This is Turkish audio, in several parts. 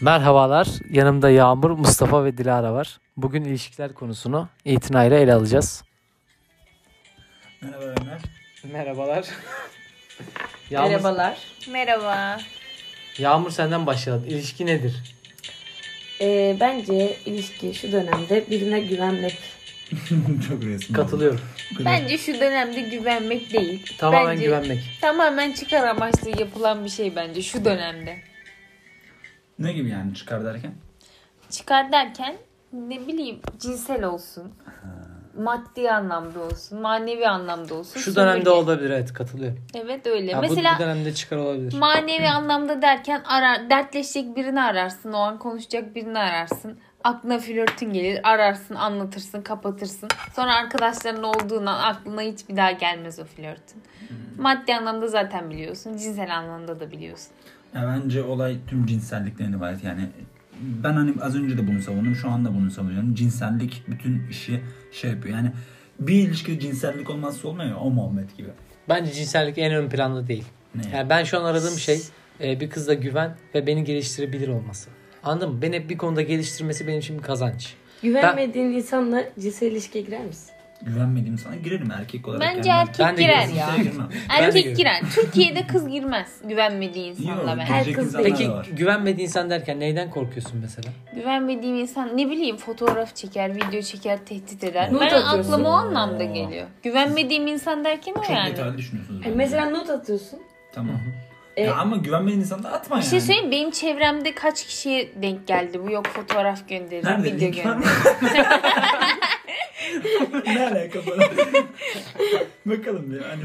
Merhabalar. Yanımda Yağmur, Mustafa ve Dilara var. Bugün ilişkiler konusunu itinayla ele alacağız. Merhaba Ömer. Merhabalar. Yağmur, Merhabalar. Merhaba. Yağmur senden başlayalım. İlişki nedir? Ee, bence ilişki şu dönemde birine güvenmek. Çok resmi. Katılıyorum. oldu. Bence şu dönemde güvenmek değil. Tamamen Bence güvenmek. Tamamen çıkar amaçlı yapılan bir şey bence şu dönemde. Ne gibi yani çıkar derken? Çıkar derken ne bileyim cinsel olsun. Maddi anlamda olsun, manevi anlamda olsun. Şu dönemde sömürge. olabilir evet katılıyorum. Evet öyle. Ya bu- bu, Mesela dönemde çıkar olabilir. manevi anlamda derken arar, dertleşecek birini ararsın, o an konuşacak birini ararsın. Aklına flörtün gelir, ararsın, anlatırsın, kapatırsın. Sonra arkadaşların olduğundan aklına hiç bir daha gelmez o flörtün. Hmm. Maddi anlamda zaten biliyorsun, cinsel anlamda da biliyorsun. Ya bence olay tüm cinsellikten ibaret yani. Ben hani az önce de bunu savundum, şu anda bunu savunuyorum. Cinsellik bütün işi şey yapıyor. Yani bir ilişki cinsellik olmazsa olmuyor ya, o muhabbet gibi. Bence cinsellik en ön planda değil. Ne? Yani ben şu an aradığım şey e, bir kızla güven ve beni geliştirebilir olması. Anladın mı? Beni bir konuda geliştirmesi benim için bir kazanç. Güvenmediğin insanla cinsel ilişkiye girer misin? Güvenmediğim sana girerim erkek olarak. Bence yani. erkek ben de girer girmem. ya. Kimseye girmem. Ben de Erkek girer. Türkiye'de kız girmez güvenmediği Yok, insanla ben. Her girecek kız insanlar değil. Peki da var. güvenmediğin insan derken neyden korkuyorsun mesela? Güvenmediğim insan ne bileyim fotoğraf çeker, video çeker, tehdit eder. Nude ben atıyorsun. aklıma o anlamda Oo. geliyor. Güvenmediğim insan derken o Çok yani. detaylı düşünüyorsunuz. E, bence. mesela not atıyorsun. Tamam. E, ya ama güvenmediğin insanı da atma Bir yani. şey söyleyeyim benim çevremde kaç kişiye denk geldi bu yok fotoğraf gönderir, Nerede? video link var mı? gönderir. ne alaka falan. Bakalım bir hani.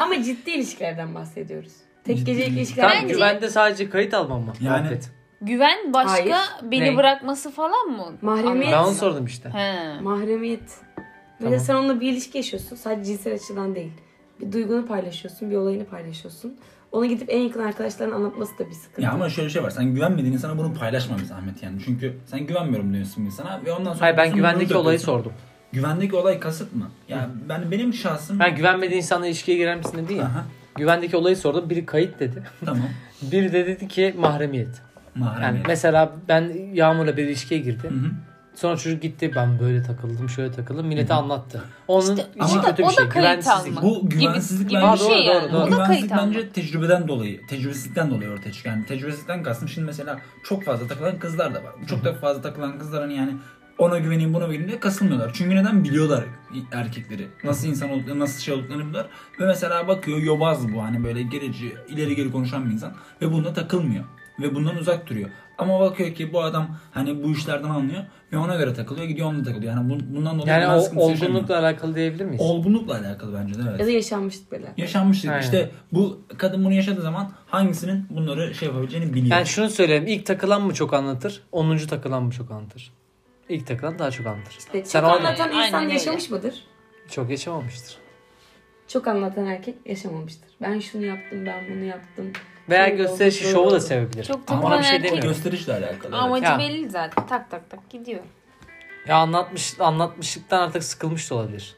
ama ciddi ilişkilerden bahsediyoruz. Tek Ciddi gecelik mi? ilişkiler Tamam Bence- değil. güvende sadece kayıt almam mı? Yani- Muhabbet. Güven başka Hayır. beni Ne? bırakması falan mı? Mahremiyet. Ben onu sordum işte. He. Mahremiyet. Tamam. Mesela sen onunla bir ilişki yaşıyorsun. Sadece cinsel açıdan değil. Bir duygunu paylaşıyorsun, bir olayını paylaşıyorsun. Onu gidip en yakın arkadaşlarına anlatması da bir sıkıntı. Ya ama şöyle bir şey var. Sen güvenmediğin insana bunu paylaşma bir zahmet yani. Çünkü sen güvenmiyorum diyorsun bir insana ve ondan sonra... Hayır ben sonra güvendeki bunu olayı döküyorsun. sordum. Güvendeki olay kasıt mı? Ya ben benim şahsım... Ben güvenmediğin insanla ilişkiye girer misin dedin ya. Aha, Güvendeki olayı sordum. Biri kayıt dedi. tamam. Biri de dedi ki mahremiyet. Yani Mahremiyet. mesela ben Yağmur'la bir ilişkiye girdi. Hı hı. Sonra çocuk gitti. Ben böyle takıldım, şöyle takıldım. Millete anlattı. Onun İşte işi o da- kötü bir o da şey. kayıt Güvensizlik. alma. Bu Gibi- güvensizlik gibi bir bence... şey yani. O da Güvensizlik kayıt bence alma. tecrübeden dolayı, tecrübesizlikten dolayı ortaya çıkıyor. Yani tecrübesizlikten kastım şimdi mesela çok fazla takılan kızlar da var. Çok da fazla takılan kızlar hani yani ona güveneyim buna güveneyim diye kasılmıyorlar. Çünkü neden biliyorlar erkekleri. Nasıl insan olduklarını, nasıl şey olduklarını biliyorlar. Ve mesela bakıyor yobaz bu hani böyle gerici, ileri geri konuşan bir insan. Ve bununla takılmıyor. Ve bundan uzak duruyor. Ama bakıyor ki bu adam hani bu işlerden anlıyor. Ve ona göre takılıyor gidiyor onunla takılıyor. Yani bu- bundan dolayı Yani bundan o sıkıntısı yaşamıyor. olgunlukla alakalı diyebilir miyiz? Olgunlukla alakalı bence de evet. Ya da yaşanmışlık böyle. Yaşanmışlık. Aynen. İşte bu kadın bunu yaşadığı zaman hangisinin bunları şey yapabileceğini biliyor. Yani şunu söyleyeyim. ilk takılan mı çok anlatır? 10. takılan mı çok anlatır? İlk takılan daha çok anlatır. İşte Sen çok o- E, anlatan Aynen insan öyle. yaşamış mıdır? Çok yaşamamıştır. Çok anlatan erkek yaşamamıştır. Ben şunu yaptım, ben bunu yaptım. Veya Şöyle gösterişi oldu, böyle şovu da oldu. sevebilir. Çok Ama takılan ona bir şey erkek- demiyorum. gösterişle alakalı. evet. Amacı Ya. belli zaten. Tak tak tak gidiyor. Ya anlatmış anlatmışlıktan artık sıkılmış da olabilir.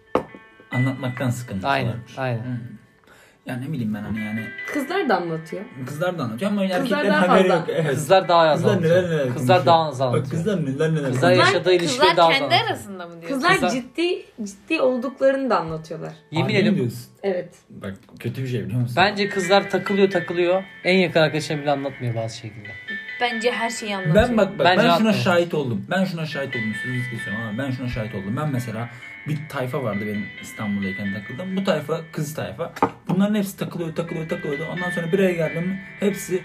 Anlatmaktan sıkıntı Aynen, varmış. aynen. Hı. Yani ne bileyim ben hani yani Kızlar da anlatıyor. kızlar da anlatıyor ama erkeklerin daha haberi fazla. yok. Evet. Kızlar daha az Kızlar neler anlatıyor. neler Kızlar daha az konuşuyor. Bak anlatıyor. kızlar neler neler Kızlar konuşuyor. yaşadığı ilişkiyi Kızlar daha az kendi anlatıyor. arasında mı diyor? Kızlar, Kızlar- ciddi ciddi olduklarını da anlatıyorlar. Yemin Harbi mi ederim. diyorsun? Evet. Bak kötü bir şey biliyor musun? Bence kızlar takılıyor takılıyor. En yakın arkadaşına bile anlatmıyor bazı şekilde. Bence her şeyi anlatıyor. Ben bak, bak Bence ben şuna haklı. şahit oldum. Ben şuna şahit oldum. Sözünüzü kesiyorum ama ben şuna şahit oldum. Ben mesela bir tayfa vardı benim İstanbul'dayken takıldım. Bu tayfa kız tayfa. Bunların hepsi takılıyor takılıyor takılıyor. Ondan sonra bir araya geldim mi hepsi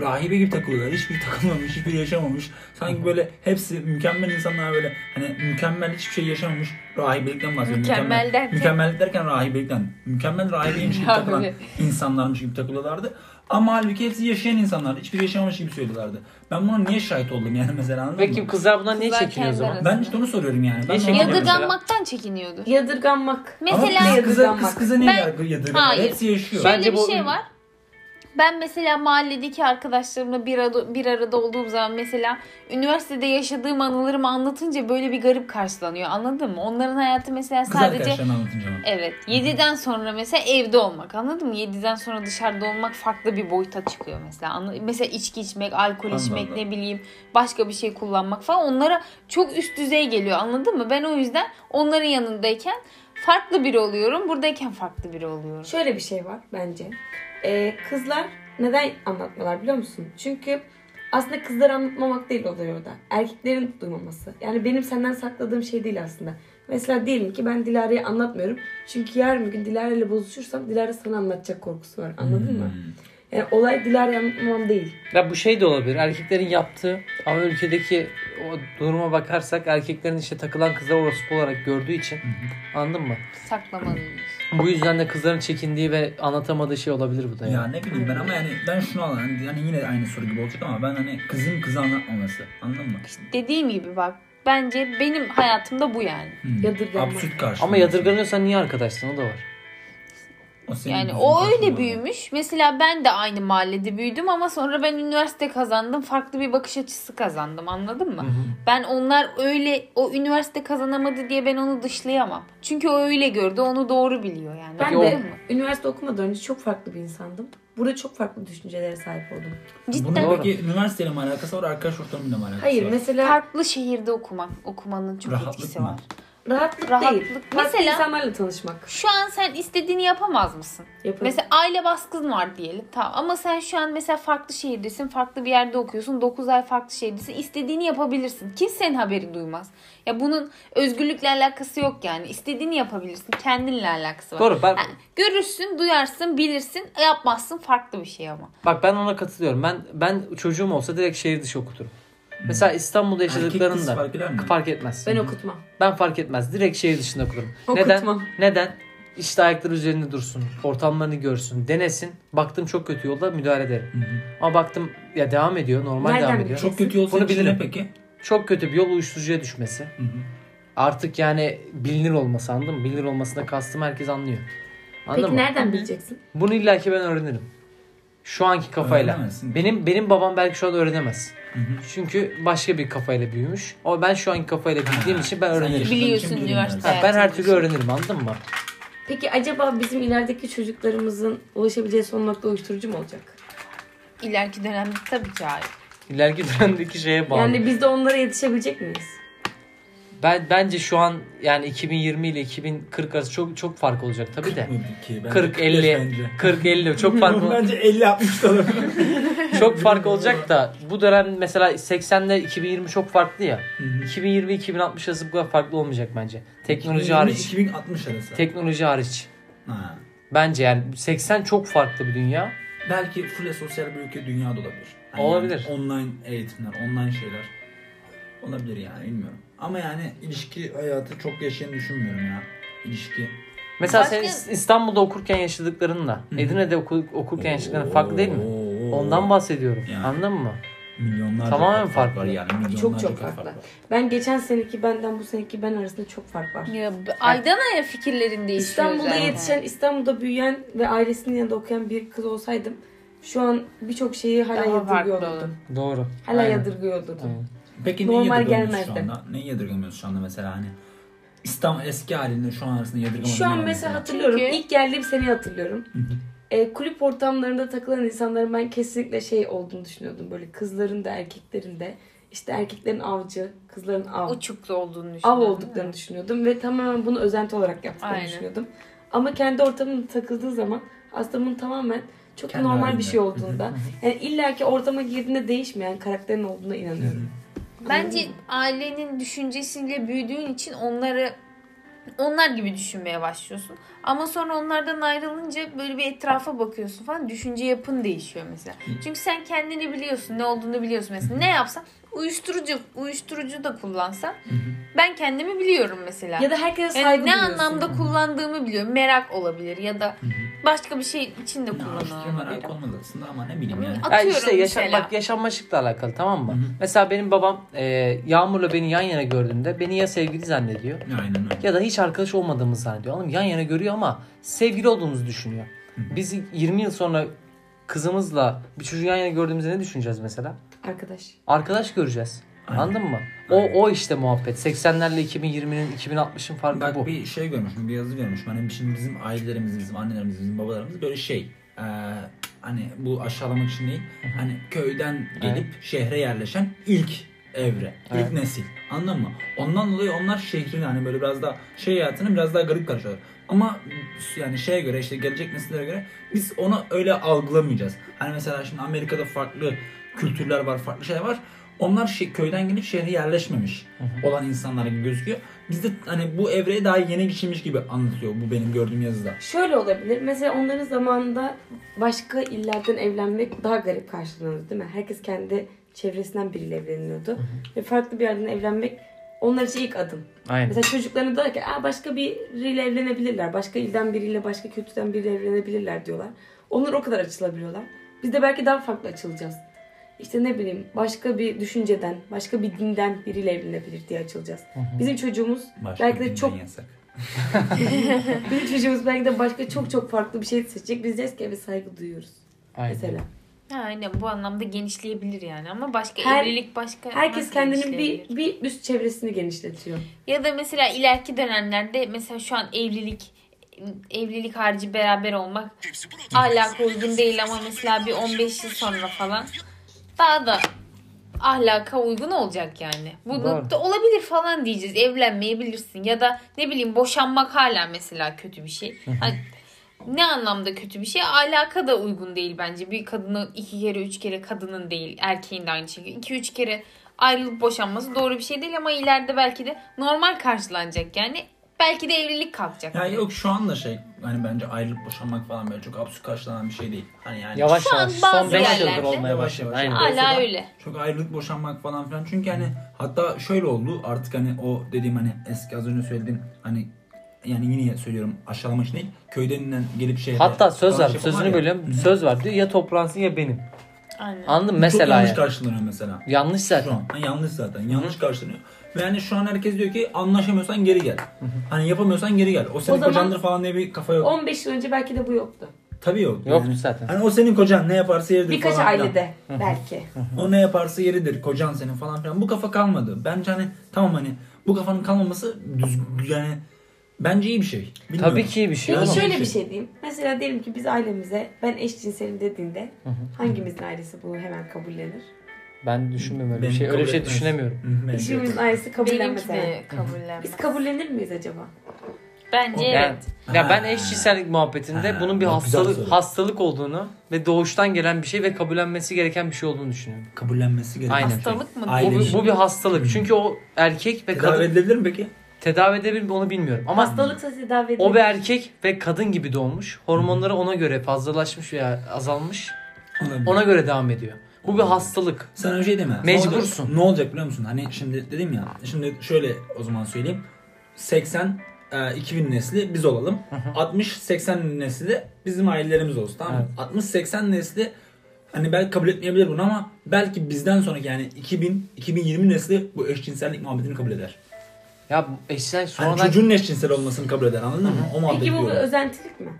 rahibe gibi takılıyorlar. Hiçbiri takılmamış, hiçbiri yaşamamış. Sanki böyle hepsi mükemmel insanlar böyle hani mükemmel hiçbir şey yaşamamış. Rahibelikten bahsediyorum. Mükemmel derken? Mükemmel derken rahibelikten. Mükemmel rahibeymiş gibi takılan Rahibe. insanlarmış gibi takılıyorlardı. Ama halbuki hepsi yaşayan insanlar. Hiçbiri yaşamamış gibi söylüyorlardı. Ben buna niye şahit oldum yani mesela anladın Peki mı? kızlar bundan niye Kızlar çekiniyor o kendi zaman? arasında. Ben işte onu soruyorum yani. Ben Niye onu çekiniyor? anlamıyorum. Yadırganmaktan çekiniyordu. Yadırganmak. Ama Mesela- kız kıza, Yadırganmak. kız kıza niye Ben- yargı yadırganıyor? Hayır. Hepsi yaşıyor. Ben- Bence Şöyle bir bu- şey var. Ben mesela mahalledeki arkadaşlarımla bir, arada- bir arada olduğum zaman mesela üniversitede yaşadığım anılarımı anlatınca böyle bir garip karşılanıyor. Anladın mı? Onların hayatı mesela Kız sadece arkadaşlarına anlatınca ama. Evet. 7'den sonra mesela evde olmak. Anladın mı? 7'den sonra dışarıda olmak farklı bir boyuta çıkıyor mesela. Anla- Mesela içki içmek, alkol Anladım. içmek, ne bileyim, başka bir şey kullanmak falan onlara çok üst düzey geliyor. Anladın mı? Ben o yüzden onların yanındayken farklı biri oluyorum. Buradayken farklı biri oluyorum. Şöyle bir şey var bence. Ee, kızlar neden anlatmıyorlar biliyor musun? Çünkü aslında kızlar anlatmamak değil oluyor orada. Erkeklerin duymaması. Yani benim senden sakladığım şey değil aslında. Mesela diyelim ki ben Dilara'ya anlatmıyorum. Çünkü yarın bir gün Dilara ile bozuşursam Dilara sana anlatacak korkusu var. Anladın Hmm. mı? E, Yani olay Dilara'ya anlatmam değil. Ya bu şey de olabilir. Erkeklerin yaptığı ama ülkedeki o duruma bakarsak erkeklerin işte takılan kızlar orospu olarak gördüğı için anladın mı? Saklamalıyız. Bu yüzden de kızların çekindiği ve anlatamadığı şey olabilir bu da. Yani. Hmm. Ya ne bileyim ben ama yani ben şunu alan yani yine aynı soru gibi olacak ama ben hani kızın kızı anlatmaması anladın mı? Dediğim gibi bak. Bence benim hayatımda bu yani. Hmm. Yadırganma. Absürt karşı. Ama yadırganıyorsan niye arkadaşsın o da var. Yani o öyle büyümüş. Mesela ben de aynı mahallede büyüdüm ama sonra ben üniversite kazandım. Farklı bir bakış açısı kazandım. Anladın mı? Ben onlar öyle o üniversite kazanamadı diye ben onu dışlayamam. Çünkü o öyle gördü. Onu doğru biliyor yani. Ben Yok. de Anladın mı? üniversite okumadan önce çok farklı bir insandım. Burada çok farklı düşüncelere sahip oldum. Cidden Bunun peki üniversiteyle mi alakası var arkadaş ortamıyla mı alakası Hayır var? mesela farklı şehirde okumak okumanın çok Rahatlık etkisi mı? var. rahatlık, değil. Rahatlık. Farklı Mesela- insanlarla tanışmak. Şu an sen istediğini yapamaz mısın? Yaparım. Mesela aile baskın var diyelim. Tamam ama sen şu an mesela farklı şehirdesin, farklı bir yerde okuyorsun. 9 ay farklı şehirdesin. İstediğini yapabilirsin. Kimsenin haberi duymaz. Ya bunun özgürlükle alakası yok yani. İstediğini yapabilirsin. Kendinle alakası var. Doğru ben, Ha, görürsün, duyarsın, bilirsin, yapmazsın farklı bir şey ama. bak ben ona katılıyorum. Ben ben çocuğum olsa direkt şehir dışı okuturum. Mesela İstanbul'da kız yaşadıklarında fark eder mi? fark etmez. Hmm. Ben okutmam. Ben fark etmez. Direkt şehir dışında okurum. Okutmam. Neden? Neden? İşte ayakları üzerinde dursun. Ortamlarını görsün. Denesin. Baktım çok kötü yolda müdahale ederim. Ama baktım ya devam ediyor. Normal Nereden devam ediyor. Çok, Çok kötü yol Bunu senin için bilirim. ne peki? çok kötü bir yol uyuşturucuya düşmesi. Artık yani bilinir olması anladın mı? Bilinir olmasına kastım herkes anlıyor. Anladın Peki mı? nereden bileceksin? Bunu illaki ben öğrenirim. Şu anki kafayla. Öğrenemezsin. Benim benim babam belki şu an öğrenemez. Çünkü başka bir kafayla büyümüş. Ama ben şu anki kafayla büyüdüğüm için ben Sen öğrenirim. yaşadığın için Biliyorsun bilirim üniversite. Ha, ben her Hayatım türlü için. öğrenirim anladın mı? Peki acaba bizim ilerideki çocuklarımızın ulaşabileceği son nokta uyuşturucu mu olacak? İleriki dönemde tabii ki hayır. İleriki dönemdeki şeye bağlı. Yani biz de onlara yetişebilecek miyiz? Ben bence şu an yani 2020 ile 2040 arası çok çok fark olacak tabii de. Ki, bence 40 bence. 50 40 50 çok fark ol- Bence 50 60 olur. çok fark olacak da bu dönem mesela 80'le 2020 çok farklı ya. hı. 2020 2060 arası bu kadar farklı olmayacak bence. Teknoloji hariç. 2060 arası. Teknoloji hariç. Ha. Bence yani 80 çok farklı bir dünya. Belki full sosyal bir ülke dünyada olabilir. Hani Olabilir. Online eğitimler, online şeyler olabilir yani bilmiyorum. Ama yani ilişki hayatı çok yaşayan düşünmüyorum ya. İlişki. Mesela Başka- sen İstanbul'da okurken yaşadıklarınla Edirne'de oku- okurken yaşadıkların farklı değil mi? Oo. Ondan bahsediyorum. Yani. Anladın mı? Milyonlarca Tamamen kat fark var farklı. yani. Milyonlarca Çok çok kat fark farklı. var. Ben geçen seneki benden bu seneki ben arasında çok fark var. Ya, aydan aya fikirlerin değişiyor İstanbul'da zaten. yetişen, İstanbul'da büyüyen ve ailesinin yanında okuyan bir kız olsaydım şu an birçok şeyi hala Daha farklı yadırgıyor olur. olurdum. Doğru. Hala Aynen. yadırgıyor olurdum. Aynen. Peki Normal neyi yadırgamıyoruz şu gelmezdi. anda? Neyi yadırgamıyoruz şu anda mesela hani? İstanbul eski halinde şu an arasında yadırgamadığın Şu ne an var mesela hatırlıyorum. Çünkü- ilk geldiğim seneyi hatırlıyorum. hı. E, kulüp ortamlarında takılan insanların ben kesinlikle şey olduğunu düşünüyordum. Böyle kızların da erkeklerin de. işte erkeklerin avcı, kızların av. uçuklu olduğunu av düşünüyorum. olduklarını düşünüyordum ve tamamen bunu özenti olarak yaptıklarını Aynen. düşünüyordum. Ama kendi ortamına takıldığı zaman aslında bunun tamamen çok Kendi normal halinde. bir şey olduğunda yani illaki ortama girdiğinde değişmeyen karakterin olduğuna inanıyorum. Bence ailenin düşüncesiyle büyüdüğün için onları onlar gibi düşünmeye başlıyorsun. Ama sonra onlardan ayrılınca böyle bir etrafa bakıyorsun falan. Düşünce yapın değişiyor mesela. Çünkü sen kendini biliyorsun. Ne olduğunu biliyorsun mesela. Ne yapsan uyuşturucu uyuşturucu da kullansan ben kendimi biliyorum mesela. Ya da herkese Yani saygı ne duyuyorsun. anlamda kullandığımı biliyorum. Merak olabilir ya da başka bir şey için de Ya işte merak kullanılabilir. olmadı aslında ama ne bileyim yani. Atıyorum Yani işte yaşa- mesela. bak yaşanmışlıkla alakalı tamam mı? Mesela benim babam e, Yağmur'la beni yan yana gördüğünde beni ya sevgili zannediyor Aynen öyle. ya da hiç arkadaş olmadığımızı zannediyor. Anladın mı? Yan yana görüyor ama sevgili olduğumuzu düşünüyor. Biz 20 yıl sonra kızımızla bir çocuğu yan yana gördüğümüzde ne düşüneceğiz mesela? Arkadaş. Arkadaş göreceğiz. Aynen. Anladın mı? O o işte muhabbet. 80'lerle 2020'nin 2060'ın farkı Bak bu. bir şey görmüşüm, bir yazı görmüşüm. Hani şimdi bizim ailelerimiz, bizim annelerimiz, bizim babalarımız böyle şey. eee, hani bu aşağılamak için değil. Hani köyden gelip şehre yerleşen ilk evre, Evet. ilk nesil. Anladın mı? Ondan dolayı onlar şehrin hani böyle biraz daha şey hayatını biraz daha garip karşılıyorlar. Ama yani şeye göre işte gelecek nesillere göre biz onu öyle algılamayacağız. Hani mesela şimdi Amerika'da farklı kültürler var, farklı şeyler var. Onlar şey, köyden gelip şehre yerleşmemiş olan insanlar gibi gözüküyor. Bizde hani bu evreye daha yeni geçilmiş gibi anlatıyor bu benim gördüğüm yazıda. Şöyle olabilir. Mesela onların zamanında başka illerden evlenmek daha garip karşılanıyordu değil mi? Herkes kendi çevresinden biriyle evleniyordu. Ve farklı bir yerden evlenmek onlar için ilk adım. Aynen. Mesela çocuklarına diyorlar ki Aa, başka biriyle evlenebilirler. Başka ilden biriyle, başka kültürden biriyle evlenebilirler diyorlar. Onlar o kadar açılabiliyorlar. Biz de belki daha farklı açılacağız. İşte ne bileyim başka bir düşünceden, başka bir dinden biriyle evlenebilir diye açılacağız. Bizim çocuğumuz belki de çok yasak. bizim çocuğumuz belki de başka çok çok farklı bir şey seçecek. Biz deriz ki evet saygı duyuyoruz Aynen. mesela. Aynen bu anlamda genişleyebilir yani ama başka Her- evlilik başka Herkes nasıl kendinin genişleyebilir? bir şey bir üst çevresini genişletiyor. Ya da mesela ileriki dönemlerde mesela şu an evlilik evlilik harici beraber olmak ahlak uygun değil ama mesela bir 15 yıl sonra falan daha da ahlaka uygun olacak yani. Bu Doğru. nokta olabilir falan diyeceğiz. Evlenmeyebilirsin ya da ne bileyim boşanmak hala mesela kötü bir şey. Hani ne anlamda kötü bir şey? Alaka da uygun değil bence. Bir kadının iki kere üç kere kadının değil erkeğin de aynı şekilde. iki üç kere ayrılıp boşanması doğru bir şey değil ama ileride belki de normal karşılanacak yani. Belki de evlilik kalkacak. Ya yok şu anda şey hani bence ayrılıp boşanmak falan böyle çok absürt karşılanan bir şey değil. Hani yani Yavaş Şu an yavaş son bazı 5 yıldır yerlerde- olmaya Yavaş başladı. yavaş. Aynen. Aa. Hala Mesela- öyle. çok ayrılık boşanmak falan filan. Çünkü hani hatta şöyle oldu artık hani o dediğim hani eski az önce söylediğim hani yani yine söylüyorum aşağılama için değil. Köyden inen gelip şehre Hatta söz falan var. şey yapan var Sözünü ya. bölüyorum. Söz var diyor ya toplansın ya benim. Aynen. Anladın mı? Çok Mesela yanlış yani. karşılanıyor mesela. Yanlış Şu zaten. an. Yani yanlış zaten. Yanlış karşılanıyor. Ve yani şu an herkes diyor ki anlaşamıyorsan geri gel. Hani yapamıyorsan geri gel. O senin zaman- kocandır falan diye bir kafa yok. 15 yıl önce belki de bu yoktu. Tabii yok. Yoktu zaten. Hani o senin kocan ne yaparsa yeridir Birkaç falan filan. ailede belki. O ne yaparsa yeridir. Kocan senin falan filan. Bu kafa kalmadı. Bence hani tamam hani bu kafanın kalmaması düz yani bence iyi bir şey. Bilmiyorum. Tabii ki iyi bir şey. Yok. oğlum. Peki Tamam, şöyle şey. bir şey diyeyim. Mesela diyelim ki biz ailemize ben eşcinselim dediğinde hangimizin ailesi bunu hemen kabullenir? Ben düşünmüyorum öyle bir Benim şey. Öyle bir kabul şey etmez. düşünemiyorum. Hı, bence. Hiçbirimizin ailesi Benimki kabullenmez. yani. de kabullenmez. Biz kabullenir miyiz acaba? Bence Yani, evet. ya ben eşcinsellik muhabbetinde Ha, bunun bir bak, güzel hastalık soru. hastalık olduğunu ve doğuştan gelen bir şey ve kabullenmesi gereken bir şey olduğunu düşünüyorum. Kabullenmesi gereken Aynen. şey. Hastalık mı? Bu, Aile bir- işi. bu bir hastalık. Çünkü o erkek ve Tedavi kadın edilebilir mi peki? tedavi edebilir mi onu bilmiyorum. Ama Hmm. Hastalıksa tedavi edilir. o bir er- erkek ve kadın gibi doğmuş. Hormonları ona göre fazlalaşmış veya azalmış. Olabilir. Ona göre devam ediyor. Bu bir hastalık. Sana bir şey deme. Ne Mecbursun. olacak- Ne olacak, biliyor musun? Hani şimdi dedim ya. Şimdi şöyle o zaman söyleyeyim. 80 e, 2000 nesli biz olalım. 60-80 nesli de bizim ailelerimiz olsun. Tamam mı? 60-80 nesli hani belki kabul etmeyebilir bunu ama belki bizden sonraki yani 2000 2020 nesli bu eşcinsellik muhabbetini kabul eder. Ya eşcinsellik Hani sonradan çocuğun eşcinsel olmasını kabul eder anladın mı? O muhabbeti Peki bu bir diyorum. özentilik mi?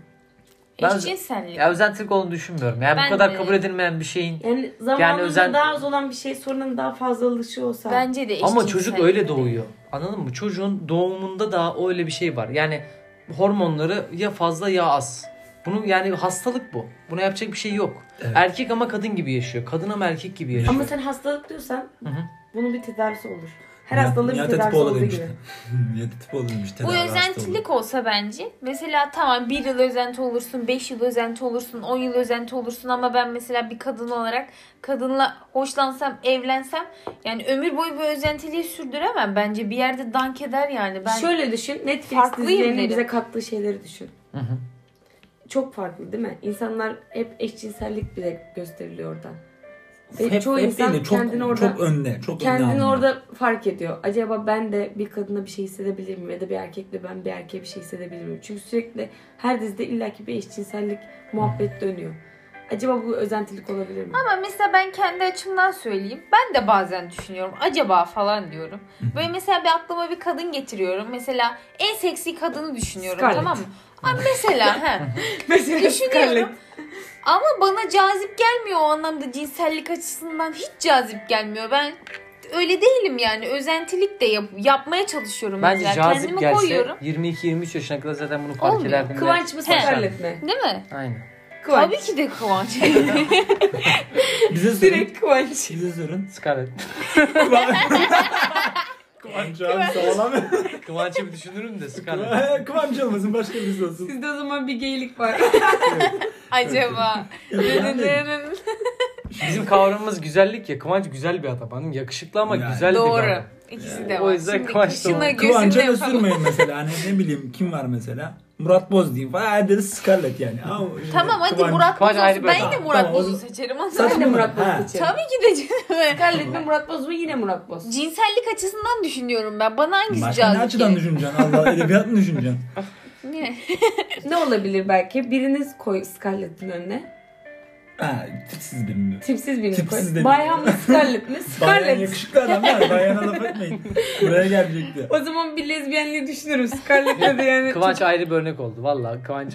Ben- Eşcinsellik. ya özentilik olduğunu düşünmüyorum. Yani Ben bu kadar de- kabul edilmeyen bir şeyin Yani zamanında özen- daha az olan bir şey sorunun daha fazlalışı olsa. Bence de Ama eşcinsellik çocuk öyle değil. doğuyor. Anladın mı? Çocuğun doğumunda daha öyle bir şey var. Yani hormonları ya fazla ya az. Bunu yani hastalık bu. Buna yapacak bir şey yok. Evet. Erkek ama kadın gibi yaşıyor. Kadın ama erkek gibi yaşıyor. Ama sen hastalık diyorsan hı. bunun bir tedavisi olur. Her Nihat- hastalığın bir Nihat tedavisi Atipoğlu olduğu demişti. gibi. Nihat Atipoğlu demiş. Bu tedavi hastalığı. özentilik olsa bence mesela tamam bir yıl özenti olursun, 5 yıl özenti olursun, 10 yıl özenti olursun ama ben mesela bir kadın olarak kadınla hoşlansam, evlensem yani ömür boyu bu özentiliği sürdüremem bence. Bir yerde dank eder yani. Ben Şöyle düşün. Netflix Farklıyım dizilerinin derim. bize kattığı şeyleri düşün. Hı hı. Çok farklı değil mi? İnsanlar hep eşcinsellik bile gösteriliyor orada. Ve Hep, çoğu hep insan değil de çok, kendini orada- çok önde. Çok Kendini önde anlıyor. orada fark ediyor. Acaba ben de bir kadına bir şey hissedebilir miyim? Ya da bir erkekle ben bir erkeğe bir şey hissedebilir miyim? Çünkü sürekli her dizide illaki bir eşcinsellik muhabbet dönüyor. Acaba bu özentilik olabilir mi? Ama mesela ben kendi açımdan söyleyeyim. Ben de bazen düşünüyorum. Acaba falan diyorum. Böyle mesela bir aklıma bir kadın getiriyorum. Mesela en seksi kadını düşünüyorum Scarlett. tamam mı? Aa, mesela he. Mesela Düşünüyorum. Ama bana cazip gelmiyor o anlamda cinsellik açısından hiç cazip gelmiyor. Ben öyle değilim yani. Özentilik de yap- yapmaya çalışıyorum. Bence mesela. cazip Kendimi gelse koyuyorum. 22-23 yaşına kadar zaten bunu fark Olmuyor. ederdin. ve- Kıvanç mı He. sakarletme? Değil mi? Aynen. Kıvanç. Tabii ki de kıvanç. Bize sorun. Direkt Kıvanç. Bize sorun. Scarlett. Kıvanç abi sağlam. Kıvanç'ı bir düşünürüm de Scarlett. Kıvan- Kıvanç olmasın başka birisi olsun. Sizde o zaman bir geylik var. Acaba. Dırırırın. Bizim kavramımız güzellik ya. Kıvanç güzel bir adam hanım. Yakışıklı ama Yani. güzel bir Doğru. adam. İkisi de O var. yüzden Şimdi kıvanç da kışına olmadı. gözünle Kıvanç'a da yapalım. sürmeyin mesela. Hani ne bileyim kim var mesela? Murat Boz diyeyim falan. Her dedi Scarlett yani. Ama şimdi Tamam hadi Kıvanç- Murat Kıvanç Boz ayrı olsun. bir Ben adam. de Murat Tamam, o Boz'u zaman- seçerim. ama- Saçma Ben de Murat Ha. Boz'u seçerim. Tabii ki de canım. Scarlett'le Murat Boz mu yine Murat Boz? Cinsellik açısından düşünüyorum ben. Bana hangisi Başka ne cazip açıdan gelir? düşüneceksin? Allah edebiyat mı düşüneceksin? Ne? ne olabilir belki? Biriniz koy Scarlett'in önüne. Ha, tipsiz birini diyor. Tipsiz birini Tipsiz koy. dedim. Bayhan mı Scarlett mi? Bayan Scarlett. yakışıklı adamlar. Bayana laf etmeyin. Buraya gelecekti. O zaman bir lezbiyenliği düşünürüm. Scarlett'le de yani. Kıvanç ayrı bir örnek oldu. Valla Kıvanç